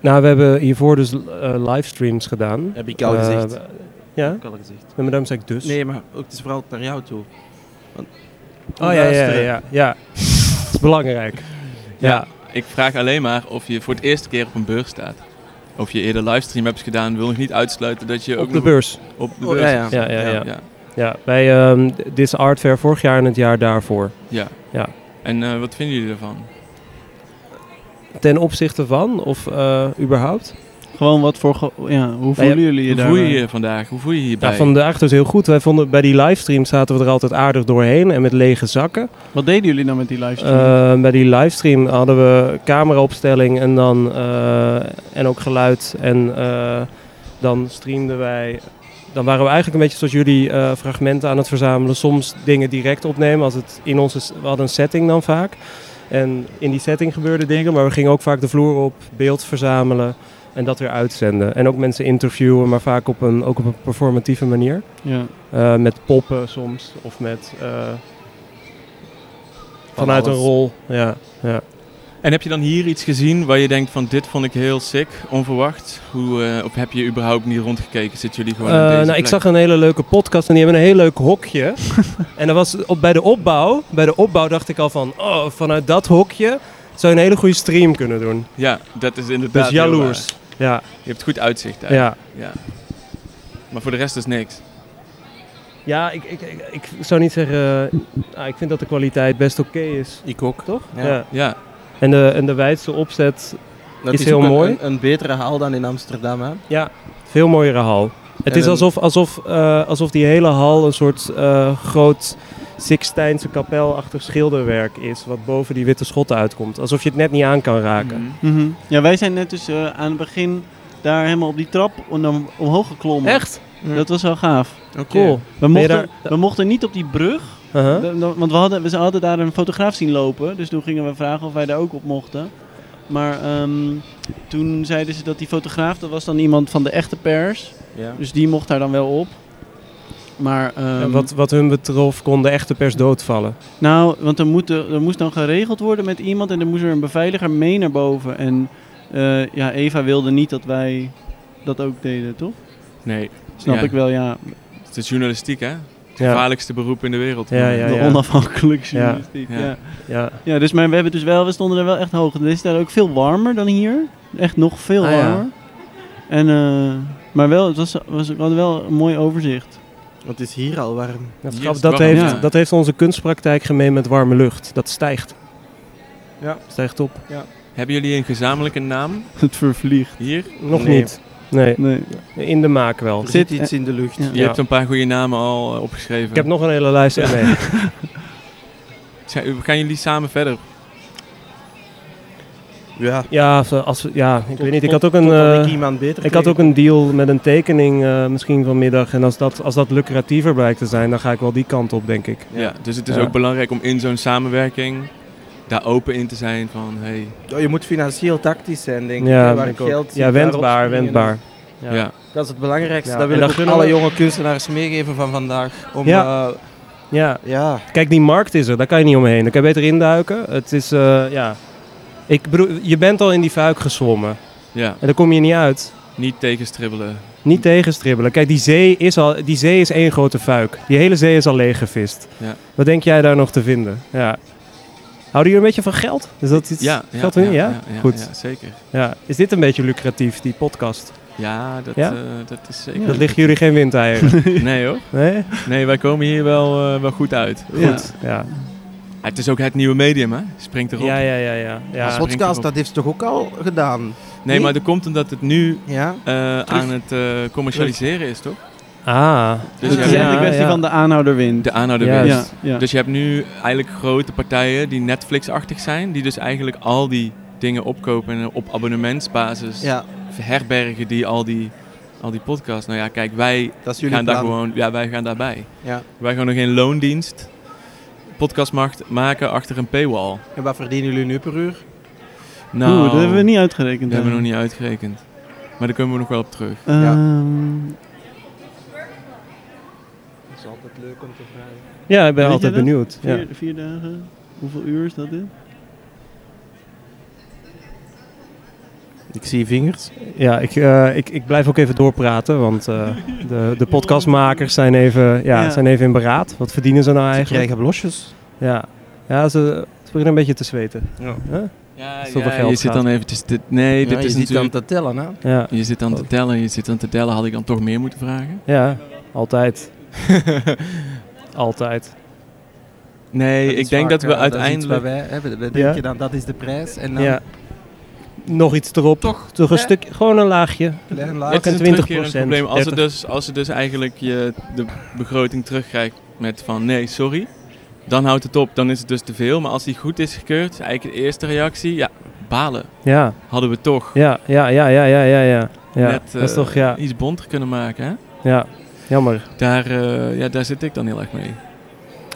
Nou, we hebben hiervoor dus eh, livestreams gedaan.
Heb ik al
Eh,
gezegd.
we- ja,
Heb ik al gezegd.
maar daarom zei ik dus.
Nee, maar ook, het is vooral naar jou toe.
Oh ja, ja, ja,
Luisteren.
ja. ja. Dat is belangrijk. Ja.
Ik vraag alleen maar of je voor het eerste keer op een beurs staat. Of je eerder livestream hebt gedaan, wil nog niet uitsluiten dat je ook
Op de
nog
beurs.
op de
Oh,
beurs
ja, ja.
Ja, ja, ja.
ja.
ja. Bij ehm This Art Fair vorig jaar en het jaar daarvoor.
Ja.
Ja.
En eh, wat vinden jullie ervan?
Ten opzichte van, of eh, überhaupt?
Gewoon wat voor... ge- ja, hoe voelen jullie je
Hoe
daar?
voel je je vandaag? Hoe voel je je hierbij?
eh, Ja, vandaag dus heel goed. Wij vonden, bij die livestream zaten we er altijd aardig doorheen en met lege zakken.
Wat deden jullie dan met die livestream?
Eh, bij die livestream hadden we cameraopstelling en, dan, eh, en ook geluid. En eh, dan streamden wij. Dan waren we eigenlijk een beetje zoals jullie eh, fragmenten aan het verzamelen. Soms dingen direct opnemen. Als het in onze, s- we hadden een setting dan vaak. En in die setting gebeurden dingen. Maar we gingen ook vaak de vloer op, beeld verzamelen. En dat weer uitzenden. En ook mensen interviewen, maar vaak op een, ook op een performatieve manier.
ja.
Eh, met poppen soms. Of met. eh, vanuit
alles.
een rol. Ja.
En heb je dan hier iets gezien waar je denkt van dit vond ik heel sick, onverwacht? Hoe, eh, of heb je überhaupt niet rondgekeken? Zitten jullie gewoon
Eh,
aan deze
nou, ik
plek?
zag een hele leuke podcast en die hebben een heel leuk
*laughs*
hokje. en dat was op, bij, de opbouw, bij de opbouw dacht ik al van, oh, vanuit dat hokje zou je een hele goede stream kunnen doen.
Ja, dat is inderdaad
Dus
heel
jaloers.
waar.
Ja,
Je hebt goed uitzicht daar.
ja.
Ja. Maar voor de rest is niks.
Ja, ik, ik, ik, ik zou niet zeggen, eh, ah, ik vind dat de kwaliteit best oké is.
Ik ook.
Toch?
Ja.
Ja,
En, de, en de wijdste opzet,
Dat
Is heel
ook een-
mooi.
Een, een betere haal dan in Amsterdam. Hè?
ja, veel mooiere hal. Het
En
is
een-
alsof, alsof, eh, alsof die hele hal een soort eh, groot Sixtijnse kapelachtig schilderwerk is, wat boven die witte schotten uitkomt. Alsof je het net niet aan kan raken.
Mhm.
Mhm. ja, wij zijn net dus eh, aan het begin daar helemaal op die trap om, om- omhoog geklommen.
Echt?
Dat was wel gaaf.
Cool.
We
Ben je
mochten,
daar-
we mochten niet op die brug,
Uh-huh.
da- da- want we hadden, we hadden daar een fotograaf zien lopen. Dus toen gingen we vragen of wij daar ook op mochten. Maar ehm, toen zeiden ze dat die fotograaf, dat was dan iemand van de echte pers.
Ja.
Dus die mocht daar dan wel op. Maar, ehm,
En wat, wat hun betrof kon de echte pers doodvallen.
Nou, want er, moet, er moest dan geregeld worden met iemand en er moest er een beveiliger mee naar boven. En eh, ja, Eva wilde niet dat wij dat ook deden, toch?
Nee.
Snap
Ja.
ik wel, ja.
Het is journalistiek, hè? Het
Ja,
gevaarlijkste beroep in de wereld.
Ja, ja.
de onafhankelijke journalistiek.
Ja.
Ja.
Ja.
Ja.
ja.
dus maar we hebben dus wel, we stonden er wel echt hoog. Het is daar ook veel warmer dan hier. Echt nog veel
Ah, ja.
warmer. En, eh, maar wel, het was, was, we hadden wel een mooi overzicht.
Want het is hier al warm.
Dat, is
Hier
grappig.
is het
dat,
warm,
heeft,
ja.
dat heeft onze kunstpraktijk gemeen met warme lucht. Dat stijgt.
Ja.
Stijgt op.
Hebben jullie een gezamenlijke naam
*laughs* Het vervliegt.
hier?
Nog
Nee.
niet. Nee,
Nee.
in de maak wel.
Er
Ik
zit
Zit-
iets in de lucht.
Ja.
Je hebt een paar goede namen al eh, opgeschreven.
heb nog een hele lijst mee.
Zijn- Gaan jullie samen verder?
Ja.
Ja, als we- als, we- ja ik weet niet. Ik had ook een...
Totdat
eh,
ik iemand beter
ik had ook een deal met een tekening eh, misschien vanmiddag. En als dat, als dat lucratiever blijkt te zijn, dan ga ik wel die kant op, denk ik.
Ja. dus het is
Ja.
ook belangrijk om in zo'n samenwerking daar open in te zijn van, hey,
kreeg. Oh, je moet financieel tactisch zijn, denk ik.
Ja,
hè, waar
denk ik ook.
geld zit,
Ja,
daar
wendbaar,
opspringen.
wendbaar.
ja.
Ja.
Dat is het belangrijkste.
Ja,
Dat
en
wil
dat
ik ook
gunnen
alle
we-
jonge kunstenaars meegeven van vandaag. Om,
Ja.
ja.
Ja,
ja.
Kijk, die markt is er, daar kan je niet omheen. Daar kan je beter induiken. Het is, eh, ja. Ik bedoel, je bent al in die vuik gezwommen.
ja,
En daar kom je niet uit.
niet tegenstribbelen.
Niet tegenstribbelen. Kijk, die zee is al, die zee is één grote vuik. Die hele zee is al leeggevist.
Ja.
Wat denk jij daar nog te vinden? Ja. Houden jullie een beetje van geld? Is dat iets?
Ja, ja,
geld in? Ja, Goed.
ja, zeker.
Ja. Is dit een beetje lucratief, die podcast?
Ja, dat,
Ja?
eh, dat is zeker.
Dat liggen jullie geen windeieren.
*laughs* Nee hoor.
nee?
Nee, wij komen hier wel, eh, wel goed uit.
Ja.
Goed. Ja.
Ah, het is ook het nieuwe medium, hè? Springt erop.
Ja, ja, ja, ja.
Als
ja.
wat-
podcast, dat heeft ze toch ook al gedaan?
Nee, maar dat komt omdat het nu
Ja.
eh,
Terug.
aan het eh, commercialiseren is, toch?
Ah.
Dus
het
je
is
hebt-
echt een
Ja,
kwestie
ja.
van de aanhouder wint.
De aanhouder
Ja.
wint.
ja,
juist.
ja.
Dus je hebt nu eigenlijk grote partijen die Netflix-achtig zijn, die dus eigenlijk al die dingen opkopen en op abonnementsbasis
ja,
herbergen die al die, al die podcasts. Nou ja, kijk, wij
dat is jullie
gaan daar
plan.
gewoon, ja, wij gaan daarbij.
Ja.
Wij gaan nog geen loondienst podcastmacht maken achter een paywall.
En wat verdienen jullie nu per uur?
Nou,
Oeh, dat hebben we niet uitgerekend.
dat hebben we
hè.
nog niet uitgerekend. Maar daar komen we nog wel op terug.
Ja.
Ehm,
Dat is altijd leuk om te vragen.
Ja, ik ben
Weet
altijd
je dat?
benieuwd. Ja.
vier, vier dagen? Hoeveel uur is dat in?
Ik zie vingers.
Ja, ik, eh, ik, ik blijf ook even doorpraten, want eh, de, de podcastmakers zijn even, ja,
Ja.
zijn even in beraad. Wat verdienen ze nou
Ze
eigenlijk?
krijgen blosjes.
Ja, ja ze, ze beginnen een beetje te zweten.
Ja.
Huh?
Ja,
Zoveel
ja,
geld
je zit
gaat.
dan eventjes... Te, nee, dit
je
is
zit
natuurlijk...
dan te tellen, hè?
Ja,
Je zit dan te tellen, je zit dan te tellen. Had ik dan toch meer moeten vragen?
*laughs* ja, altijd. altijd.
Nee,
Dat is
ik denk
vaak,
dat
eh,
we
is iets
uiteindelijk...
wat wij hebben. Dan
Ja.
denk je dan, dat is de prijs. En dan
Ja. Nog iets erop.
Nou. toch
Toch een
Ja.
stuk, gewoon een laagje.
klein
Ja,
Het
laagje.
en
is een terugkerend
20%,
probleem. Als het,
30.
dus, als het dus eigenlijk je de begroting terugkrijgt met van nee, sorry, dan houdt het op. Dan is het dus te veel. Maar als die goed is gekeurd, is eigenlijk de eerste reactie, ja, balen.
Ja,
Hadden we toch
ja, ja, ja, ja, ja, ja. ja. ja.
Net,
dat is
eh,
toch, ja,
iets bonter kunnen maken. Hè?
ja. Jammer.
Daar, eh, ja, daar zit ik dan heel erg mee.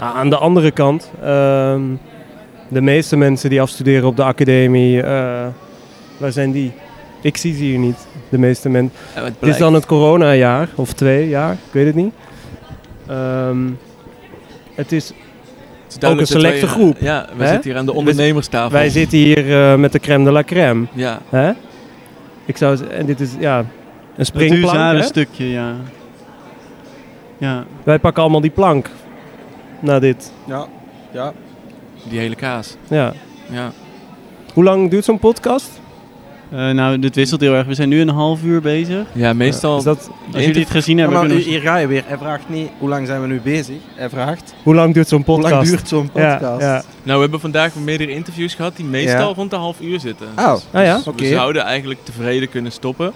Ah, Aan de andere kant, ehm, de meeste mensen die afstuderen op de academie, eh, waar zijn die? Ik zie ze hier niet, de meeste mensen.
Ja, het
Het is
blijkt-
dan het coronajaar, of twee jaar, ik weet het niet. Ehm, het is,
het is duidelijk
ook een
dat wij,
selecte groep,
eh, Ja, we
hè? Dus
zitten hier aan de ondernemerstafel.
wij zitten hier eh, met de crème de la crème.
Ja,
Hè? Ik zou z- en dit is ja, een
Het duurzame
springplank. hè?
stukje, ja. Ja,
Wij pakken allemaal die plank na dit.
Ja. Ja.
die hele kaas.
Ja.
Ja.
Hoe lang duurt zo'n podcast?
Eh, nou, dit wisselt heel erg. We zijn nu een half uur bezig.
ja, meestal...
Is dat,
Als jullie het gezien
Ja,
hebben,
maar
kunnen
u-
we-
hier ga je weer. Hij vraagt niet hoe lang zijn we nu bezig. Hij vraagt
hoe lang duurt zo'n
hoe
podcast?
lang duurt zo'n podcast.
Ja, ja.
Nou, we hebben vandaag meerdere interviews gehad die meestal
Ja.
rond de half uur zitten.
Oh,
Dus-
ah ja,
dus
oké.
We zouden eigenlijk tevreden kunnen stoppen.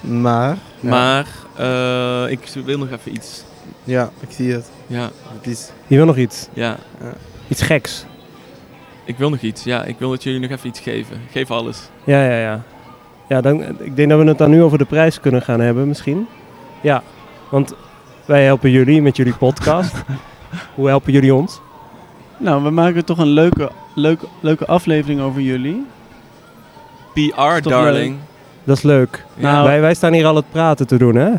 Maar, Ja.
Maar eh, ik wil nog even iets.
ja, ik zie het.
Ja,
Het is
Je wil nog iets,
ja.
iets geks.
Ik wil nog iets. Ja, ik wil dat jullie nog even iets geven. Geef alles.
Ja, ja, ja. Ja, dan, ik denk dat we het dan nu over de prijs kunnen gaan hebben misschien. Ja, want wij helpen jullie met jullie podcast.
*laughs*
Hoe helpen jullie ons?
Nou, we maken toch een leuke, leuke, leuke aflevering over jullie.
PR,
toch
darling.
Dat is leuk.
Ja.
Nou,
wij, wij staan hier al het praten te doen, hè?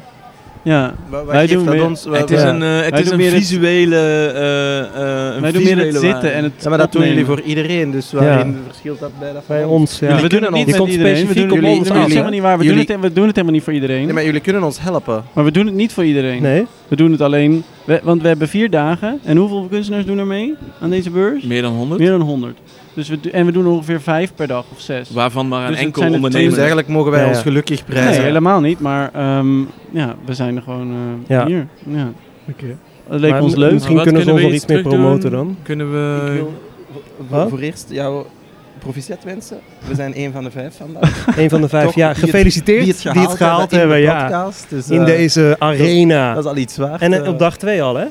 Ja,
Wa- Wat
Wij
geeft
doen
dat
meer-
ons? Wa-
het is
wa-
een, eh, het
Nou, Wij
is
doen
een
meer het-
visuele... eh, eh, een
wij doen meer het
visuele
zitten
waarde.
en het
Ja, maar dat doen
opnemen.
jullie voor iedereen, dus waarin verschilt dat bij dat
Bij
van
ons, ja.
Ja, we doen
kunnen
het niet
ons-
Je
met
komt
iedereen. We
specifiek
doen het
op
niet-
ons
nee, dat
af,
is
hè?
helemaal niet waar. We doen,
Jullie-
het, we doen het helemaal niet voor iedereen.
Nee, maar jullie kunnen ons helpen.
Maar we doen het niet voor iedereen.
Nee?
We doen het alleen. we- want we hebben vier dagen. En hoeveel kunstenaars doen er mee aan deze beurs?
Meer dan 100.
Meer dan 100. Dus we, do- en we doen ongeveer vijf per dag of zes.
Waarvan maar een
Dus het
enkel
zijn er
Dus
twee-
ondernemer.
eigenlijk mogen wij
Ja, ja.
ons gelukkig
Nee,
prijzen.
helemaal niet. Maar ehm, ja, we zijn er gewoon eh,
Ja.
hier. Ja.
Oké.
Dat leek
Maar
ons
m-
leuk.
misschien
Maar wat
kunnen ze ons
we
nog iets meer
terug doen?
promoten dan.
Kunnen
Eh,
we...
Ik wil voor-
Wat?
voor eerst jou proficiat wensen. We zijn een van de vijf vandaag.
Een van de vijf.
*laughs* Toch,
ja,
die het-
gefeliciteerd die het gehaald, hebben,
in de
ja.
podcast. Dus,
In
eh,
deze
Dat
arena.
is al iets waard.
En eh,
eh,
op dag twee al, hè?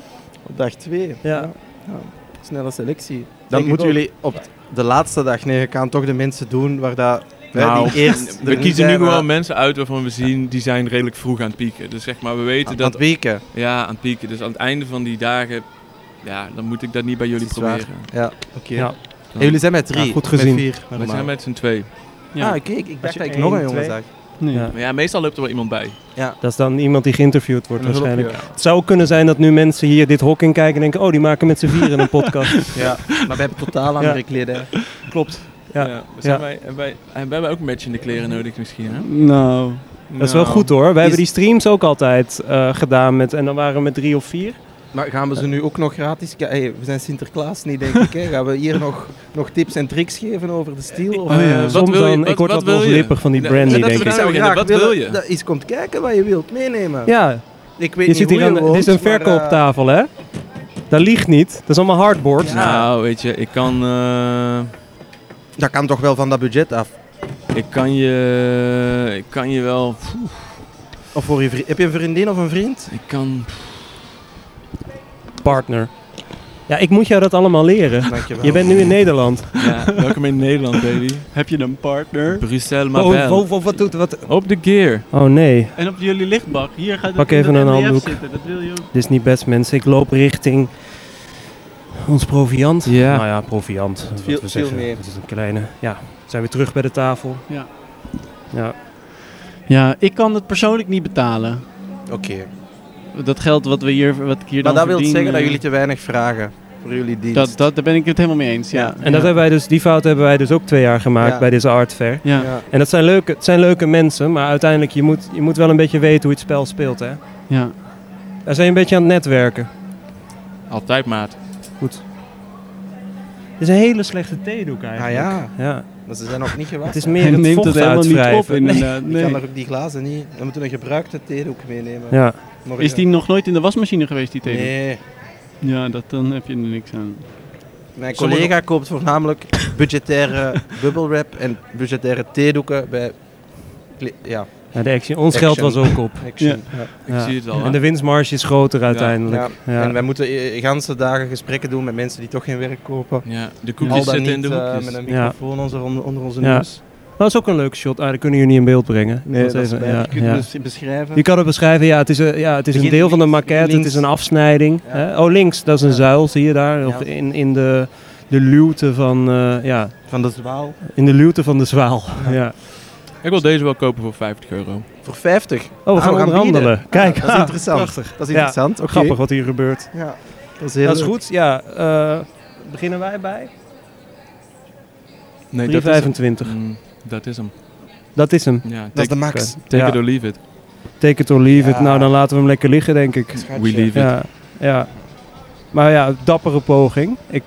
op dag twee.
Ja.
Ja. Snelle selectie.
Denk
Dan
ik
moeten
ook.
jullie op de laatste dag, nee, je kan toch de mensen doen waar dat... wij
Nou,
die eerst
We kiezen nu gewoon mensen uit waarvan we zien, die zijn redelijk vroeg aan het pieken. Dus zeg maar, we weten
Dat,
dat
dat weken.
Ja, aan het pieken. Dus aan het einde van die dagen, ja, dan moet ik dat niet bij jullie
Dat is waar.
proberen.
Ja, oké.
Ja.
En jullie zijn met drie.
Ja, goed
of
gezien.
Met vier.
We zijn met z'n twee.
Ja.
Ah, oké. ik- Ik dacht
je
dat ik
één,
nog een jongen
twee-
zag.
Nee.
Ja.
Maar ja, meestal loopt er wel iemand bij.
Dat is dan iemand die geïnterviewd wordt
Een hulpje.
waarschijnlijk. Het zou ook kunnen zijn dat nu mensen hier dit hok in kijken en denken... oh, die maken met z'n vieren een
*laughs*
podcast.
Ja, maar bij totaal andere kledij.
Klopt. Ja.
Ja. we zijn Bij, en wij, en we hebben ook matchende kleren nodig misschien, hè?
Nou,
Dat is wel goed hoor. We hebben
Is-
die streams ook altijd eh, gedaan met... en dan waren we met drie of vier.
Maar gaan we ze nu ook nog gratis... ki- Hey, we zijn Sinterklaas niet, denk ik.
*laughs*
Hè. Gaan we hier nog, nog tips en tricks geven over de stiel? Of,
Oh, ja.
eh,
soms dan- ik word wat loslippig van die brandy,
dat
denk
we
ik.
daar
zou
beginnen.
graag
Wat
willen
wil je?
Dat eens komt kijken wat je wilt meenemen.
Ja,
Ik weet
je
niet
zit
hoe
hier aan...
je
de- dit is een
woont, maar, eh,
verkooptafel, hè? Dat liegt niet. Dat is allemaal hardboard.
Ja.
Nou, weet je, ik kan, eh,
dat kan toch wel van dat budget af?
ik kan je, ik kan je wel, pff,
Of voor je vri- Heb je een vriendin of een vriend?
ik kan,
Partner. Ja, ik moet jou dat allemaal leren.
*laughs* Dankjewel.
Je bent nu in Nederland.
ja, welkom in Nederland, baby.
heb je een partner?
Bruxelles, maar
Oh,
wel.
oh, oh, wat doet... Wat...
Op de gear.
Oh nee,
En op jullie lichtbak. Hier gaat het
Pak
in
even
dat
een
MDF
handdoek.
Zitten. Dat wil je ook.
dit is niet best mensen. Ik loop richting ons proviant.
Ja.
Nou ja, proviant. Wat
viel-
we
viel
zeggen.
mee.
Het is een kleine. Ja, we zijn weer terug bij de tafel.
Ja.
Ja,
Ja, ik kan het persoonlijk niet betalen.
Oké.
Dat geld wat, we hier, wat ik hier
Maar
dan
dat wil
verdien,
zeggen dat
eh,
jullie te weinig vragen voor jullie dienst.
Dat, dat, daar ben ik het helemaal mee eens, ja.
Ja.
en dat hebben wij dus, die fout hebben wij dus ook twee jaar gemaakt
Ja.
bij deze art fair.
Ja.
Ja.
En dat zijn leuke, het zijn leuke mensen, maar uiteindelijk je moet, je moet wel een beetje weten hoe je het spel speelt. Hè?
ja.
Daar zijn je een beetje aan het netwerken.
Altijd maat.
Het is een hele slechte theedoek
Ah
eigenlijk.
ja,
ja.
maar ze zijn nog niet gewassen.
Het is meer
Hij
het
neemt
vocht
het helemaal niet op,
uitwrijven. Nee.
inderdaad.
Ik
Nee.
kan daar ook die glazen niet. We moeten een gebruikte theedoek meenemen.
Ja.
Morgen.
Is die nog nooit in de wasmachine geweest, die tv?
Nee.
Ja, dat, dan heb je er niks aan.
Mijn
Sommige-
collega koopt voornamelijk
*laughs*
budgettaire bubbelwrap en budgettaire theedoeken bij... kle- Ja,
Ja, de action, ons
Action.
geld was ook op.
Action. Ja.
Ik
Ja.
zie het al.
En
hè.
de winstmarge is groter uiteindelijk.
Ja.
Ja.
En wij moeten de ganse dagen gesprekken doen met mensen die toch geen werk kopen.
ja, de
Al
koekjes
dan
zitten
niet
in de
eh,
hoekjes.
met een
Ja.
microfoon onder, onder onze
Ja.
neus.
Dat is ook een leuk shot. Ah, dat kunnen jullie in beeld brengen. Dat is even- ja,
Kun je
ja.
het bes- beschrijven?
Je kan het dus beschrijven, ja, het is een, ja, het is een
Begin
deel van de
links,
maquette, het
links.
is een afsnijding.
Ja.
hè. Oh, links, dat is een
Ja.
zuil, zie je daar?
Ja.
Of in, in de, de luwte van, eh, ja,
Van de zwaal.
in de luwte van de zwaal. Ja.
Ik wil deze wel kopen voor 50 euro.
Voor 50.
Oh, we gaan
Ah,
onderhandelen.
bieden. Ah,
Kijk,
dat is
ha,
interessant.
prachtig.
Dat is
Ja.
interessant. oké.
Grappig wat hier gebeurt.
Ja, dat is heel
dat is
leuk.
goed, ja. eh, beginnen wij bij?
Nee, dat is hem.
325.
Mm, dat is hem.
Dat is hem.
Ja,
Dat is de
take,
max.
take
Ja.
it or leave it.
Take it or leave it.
Ja.
Nou, dan laten we hem lekker liggen, denk ik.
Schatje.
We leave it.
Ja, ja. Maar ja, dappere poging. Ik,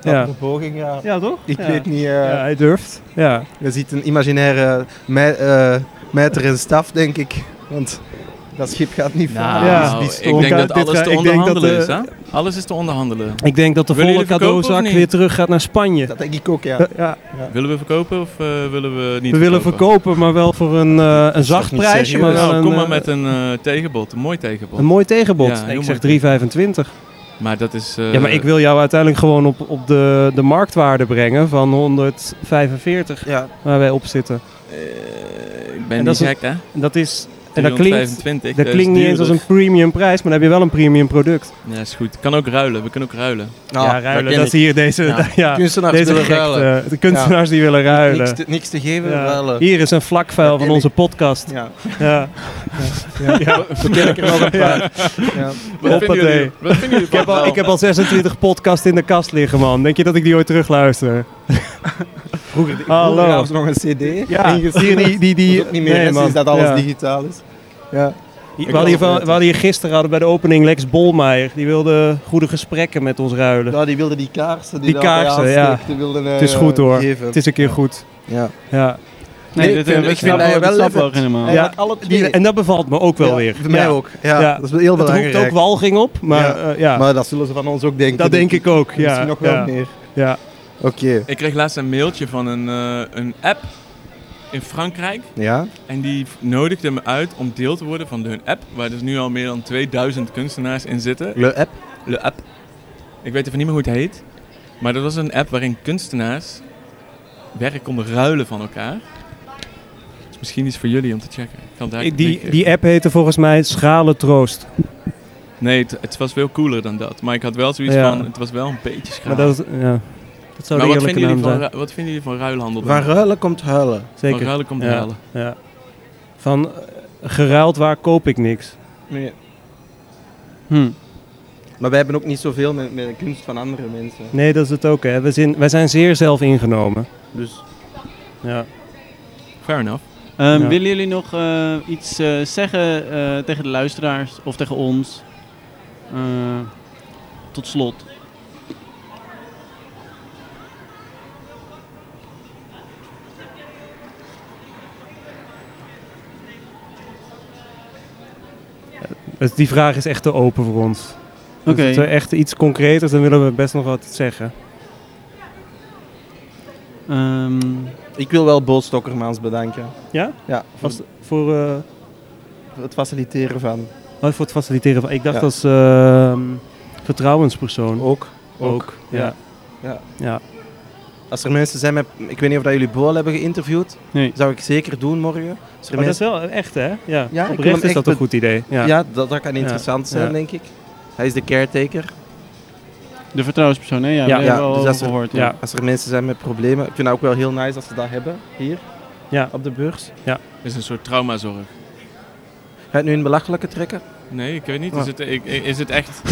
Dat
ja.
is een poging, ja.
ja, toch?
Ik
ja.
weet niet... eh,
Ja, hij durft. Ja.
Je ziet een imaginaire mij- eh, mijter en staf, denk ik. Want dat schip gaat niet varen.
Ja.
Nou, Die- die stoom-
Nou, ik denk
Kan-
dat
dit
alles
ga-
te
ik denk dat, eh,
onderhandelen is. Hè? Alles is te onderhandelen.
Ik denk dat de
Willen
volle
jullie verkopen of
cadeauzak
niet?
weer terug gaat naar Spanje.
Dat denk ik ook, ja.
Ja, Eh, ja.
Willen we verkopen of eh, willen we niet
We willen verkopen, maar wel voor een, eh, een
is toch
zacht
niet
prijsje.
serieus?
Maar wel
Nou,
een,
kom
eh,
maar met een eh, tegenbod. Een mooi tegenbod.
een mooi tegenbod.
Ja, heel
ik
mooi.
zeg 3,25.
maar dat is... eh,
ja, maar ik wil jou uiteindelijk gewoon op, op de, de marktwaarde brengen van 145
Ja,
waar wij op zitten.
eh, ik
En
ben niet
dat is-
gek, hè?
En dat, is, en dat klinkt,
325,
dat
is
klinkt niet eens als
duurder.
een premium prijs, maar dan heb je wel een premium product.
Ja, is goed. Kan ook ruilen. We kunnen ook ruilen.
nou,
ja, ruilen.
ken
Dat, is
ik.
hier deze,
Ja.
*laughs* ja.
Kunstenaars
deze
willen
gekte.
ruilen.
De kunstenaars die willen
Niks
ruilen.
te, niks te geven,
Ja.
ruilen.
Hier is een vlakvuil
Dat
van
ken
onze podcast.
Ja. *laughs*
Ja. Ja.
We kennen er nog een paar. Ja.
Wat vinden
Hoppatee.
jullie- wat vinden jullie
Ik heb, al,
van-
ik heb al 26 podcasts in de kast liggen, man. Denk je dat ik die ooit terugluister?
Vroeger, vroeger
Hallo.
gaven ze nog een cd.
Ja,
ingestuurd.
die, die, die,
Dat
die,
is ook niet meer
nee,
hè,
man.
sinds dat alles
Ja.
digitaal is. Ja.
We hadden, hier, van- we hadden hier gisteren hadden bij de opening Lex Bolmeijer. Die wilde goede gesprekken met ons ruilen.
Ja, die wilden die kaarsen. Die,
Die
daar
kaarsen,
bij
ja.
aansteekt, die wilden, eh,
Het is goed, hoor.
Geven.
Het is een keer goed.
Ja.
Ja.
Nee, ik vind- ik vind mij wel
dat snappen we
even-
helemaal.
Ja. alle twee.
Die- en dat bevalt me ook wel
Ja,
weer.
Voor mij
Ja.
ook. Ja,
Ja.
Dat is heel
Dat roept
belangrijk.
ook walging op, maar
Ja.
eh, ja.
Maar dat zullen ze van ons ook denken.
dat denk ik ook. Ja.
Misschien nog wel
ja.
meer.
Ja.
Oké.
Ik kreeg laatst een mailtje van een, eh, een app in Frankrijk.
Ja.
En die v- nodigde me uit om deel te worden van hun app. Waar dus nu al meer dan 2000 kunstenaars in zitten.
Le app.
De app. Ik weet even niet meer hoe het heet. Maar dat was een app waarin kunstenaars werk konden ruilen van elkaar. Dus misschien iets voor jullie om te checken. Ik kan daar een klik
Die,
geven.
die app heette volgens mij Schrale Troost.
Nee, het, het was veel cooler dan dat. Maar ik had wel zoiets
Ja.
van, het was wel een beetje
Maar
schaam.
dat, is- ja. dat zou
Maar
de
wat,
eerlijke
vinden jullie
naam
van,
zijn.
ru- wat vinden jullie van ruilhandel?
Van ruilen komt huilen.
Van
Zeker.
ruilen komt
Ja.
ruilen.
Ja. Van eh, geruild waar koop ik niks.
Nee.
Hm.
Maar wij hebben ook niet zoveel met, met de kunst van andere mensen.
Nee, dat is het ook. Hè. We zijn, wij zijn zeer zelf ingenomen.
Dus
Ja.
Fair enough.
Ehm,
Ja.
Willen jullie nog eh, iets eh, zeggen eh, tegen de luisteraars of tegen ons? Eh, tot slot.
Dus die vraag is echt te open voor ons.
Oké.
Als het eh, echt iets concreters, dan willen we best nog wat zeggen.
ehm,
ik wil wel Boot Stokkermans bedanken.
Ja?
Ja, voor
Als, voor, eh,
het faciliteren van.
oh, voor het faciliteren van... Ik dacht
Ja.
als ehm, vertrouwenspersoon.
Ook.
Ja.
Ja.
ja.
Als er mensen zijn met... Ik weet niet of dat jullie Bool hebben geïnterviewd.
Nee.
Zou ik zeker doen morgen. Als er
Maar Oh, dat is
mensen-
wel echt, hè? Ja.
wil hem
Oprecht is
echt
dat
be-
een goed idee. Ja.
ja, dat, dat kan interessant zijn,
Ja.
denk ik. Hij is de caretaker.
de vertrouwenspersoon, hè? Ja,
Ja.
we
Ja,
hebben al
dus
over
dat is er-
gehoord.
ja.
Als er mensen zijn met problemen. Ik vind dat ook wel heel nice dat ze dat hebben hier
Ja.
op de beurs.
Het is een soort traumazorg.
Ga je het nu in belachelijke trekken?
Nee, ik weet niet.
Ah.
Is het, ik- is het
*laughs*
echt...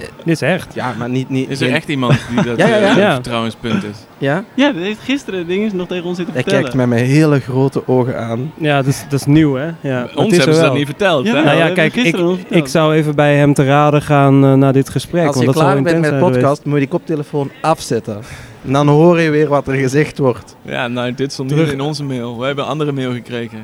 Dit is echt.
Ja, maar niet... niet
Is er
geen-
echt iemand die dat
Ja, ja, ja.
eh, een
*laughs* Ja.
vertrouwenspunt is?
Ja?
Ja, dat heeft gisteren dingen nog tegen ons zitten
Hij
vertellen.
kijkt mij met hele grote ogen aan.
Ja, dat is, dat is nieuw, hè? Ja.
Ons
is
hebben
er
ze dat
wel.
niet verteld.
Ja,
hè?
Nou
Nou
ja,
ja,
dat
kijk,
heb ik
ik,
gisteren al verteld.
ik zou even bij hem te raden gaan eh, na dit gesprek.
Als
want
je
dat zal
klaar bent
intens
met de
zijn
podcast,
geweest.
moet je die koptelefoon afzetten. En dan hoor je weer wat er gezegd wordt.
Ja, nou, dit stond
Terug-
niet in onze mail. We hebben een andere mail gekregen.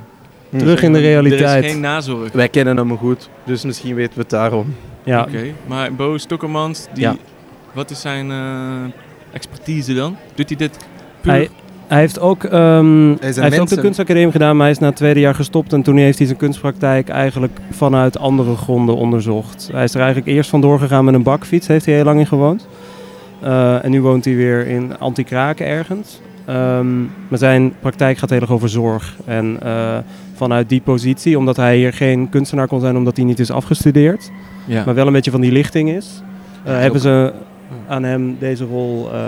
Hmm.
Terug in de
Er
realiteit.
is geen nazorg.
Wij kennen hem goed, dus misschien weten we het daarom.
Ja,
Oké, maar Bo Stokkermans, die,
Ja.
wat is zijn eh, expertise dan? Doet hij dit puur?
Hij, hij heeft ook, ehm, hij heeft ook
mensen.
de kunstacademie gedaan, maar hij is na het tweede jaar gestopt. En toen heeft hij zijn kunstpraktijk eigenlijk vanuit andere gronden onderzocht. Hij is er eigenlijk eerst vandoor gegaan met een bakfiets, heeft hij heel lang in gewoond. Eh, en nu woont hij weer in Antikraken ergens. Ehm, maar zijn praktijk gaat heel erg over zorg. En eh, vanuit die positie, omdat hij hier geen kunstenaar kon zijn, omdat hij niet is afgestudeerd,
ja.
maar wel een beetje van die lichting is, eh,
Ja,
hebben
ook-
ze aan hem deze rol eh,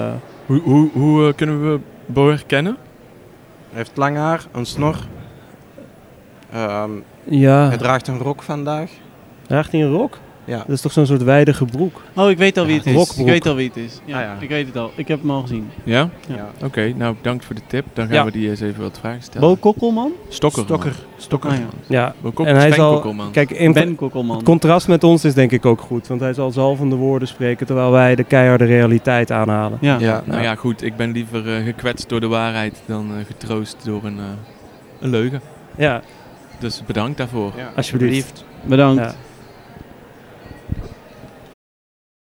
Hoe, hoe, hoe eh, kunnen we Bo herkennen?
Hij heeft lang haar, een snor. Ehm,
ja,
Hij draagt een rok vandaag.
Draagt hij een rok?
Ja.
Dat is toch zo'n soort wijdige broek?
Oh, ik weet al wie
Ja,
het is.
Rockbroek.
Ik weet al wie het is. Ja,
Ah, ja.
Ik weet het al. Ik heb hem al gezien.
Ja?
Ja.
Ja.
Oké, nou bedankt voor de tip. Dan gaan
Ja.
we die eens even wat vragen
Bo
stellen.
Kokkelman?
Stokker.
Stokker. Stokker.
Ah, ja.
Ja.
Bo Kok-
en hij
Sven
zal.
Kokkelman.
Kijk, in
Ben
het
Kokkelman.
contrast met ons is denk ik ook goed. Want hij zal zalvende woorden spreken terwijl wij de keiharde realiteit aanhalen.
Ja.
Ja,
Nou ja, goed. Ik ben liever eh, gekwetst door de waarheid dan eh, getroost door een, eh, een leugen.
Ja,
Dus bedankt daarvoor.
Ja,
Alsjeblieft.
Bedankt.
ja.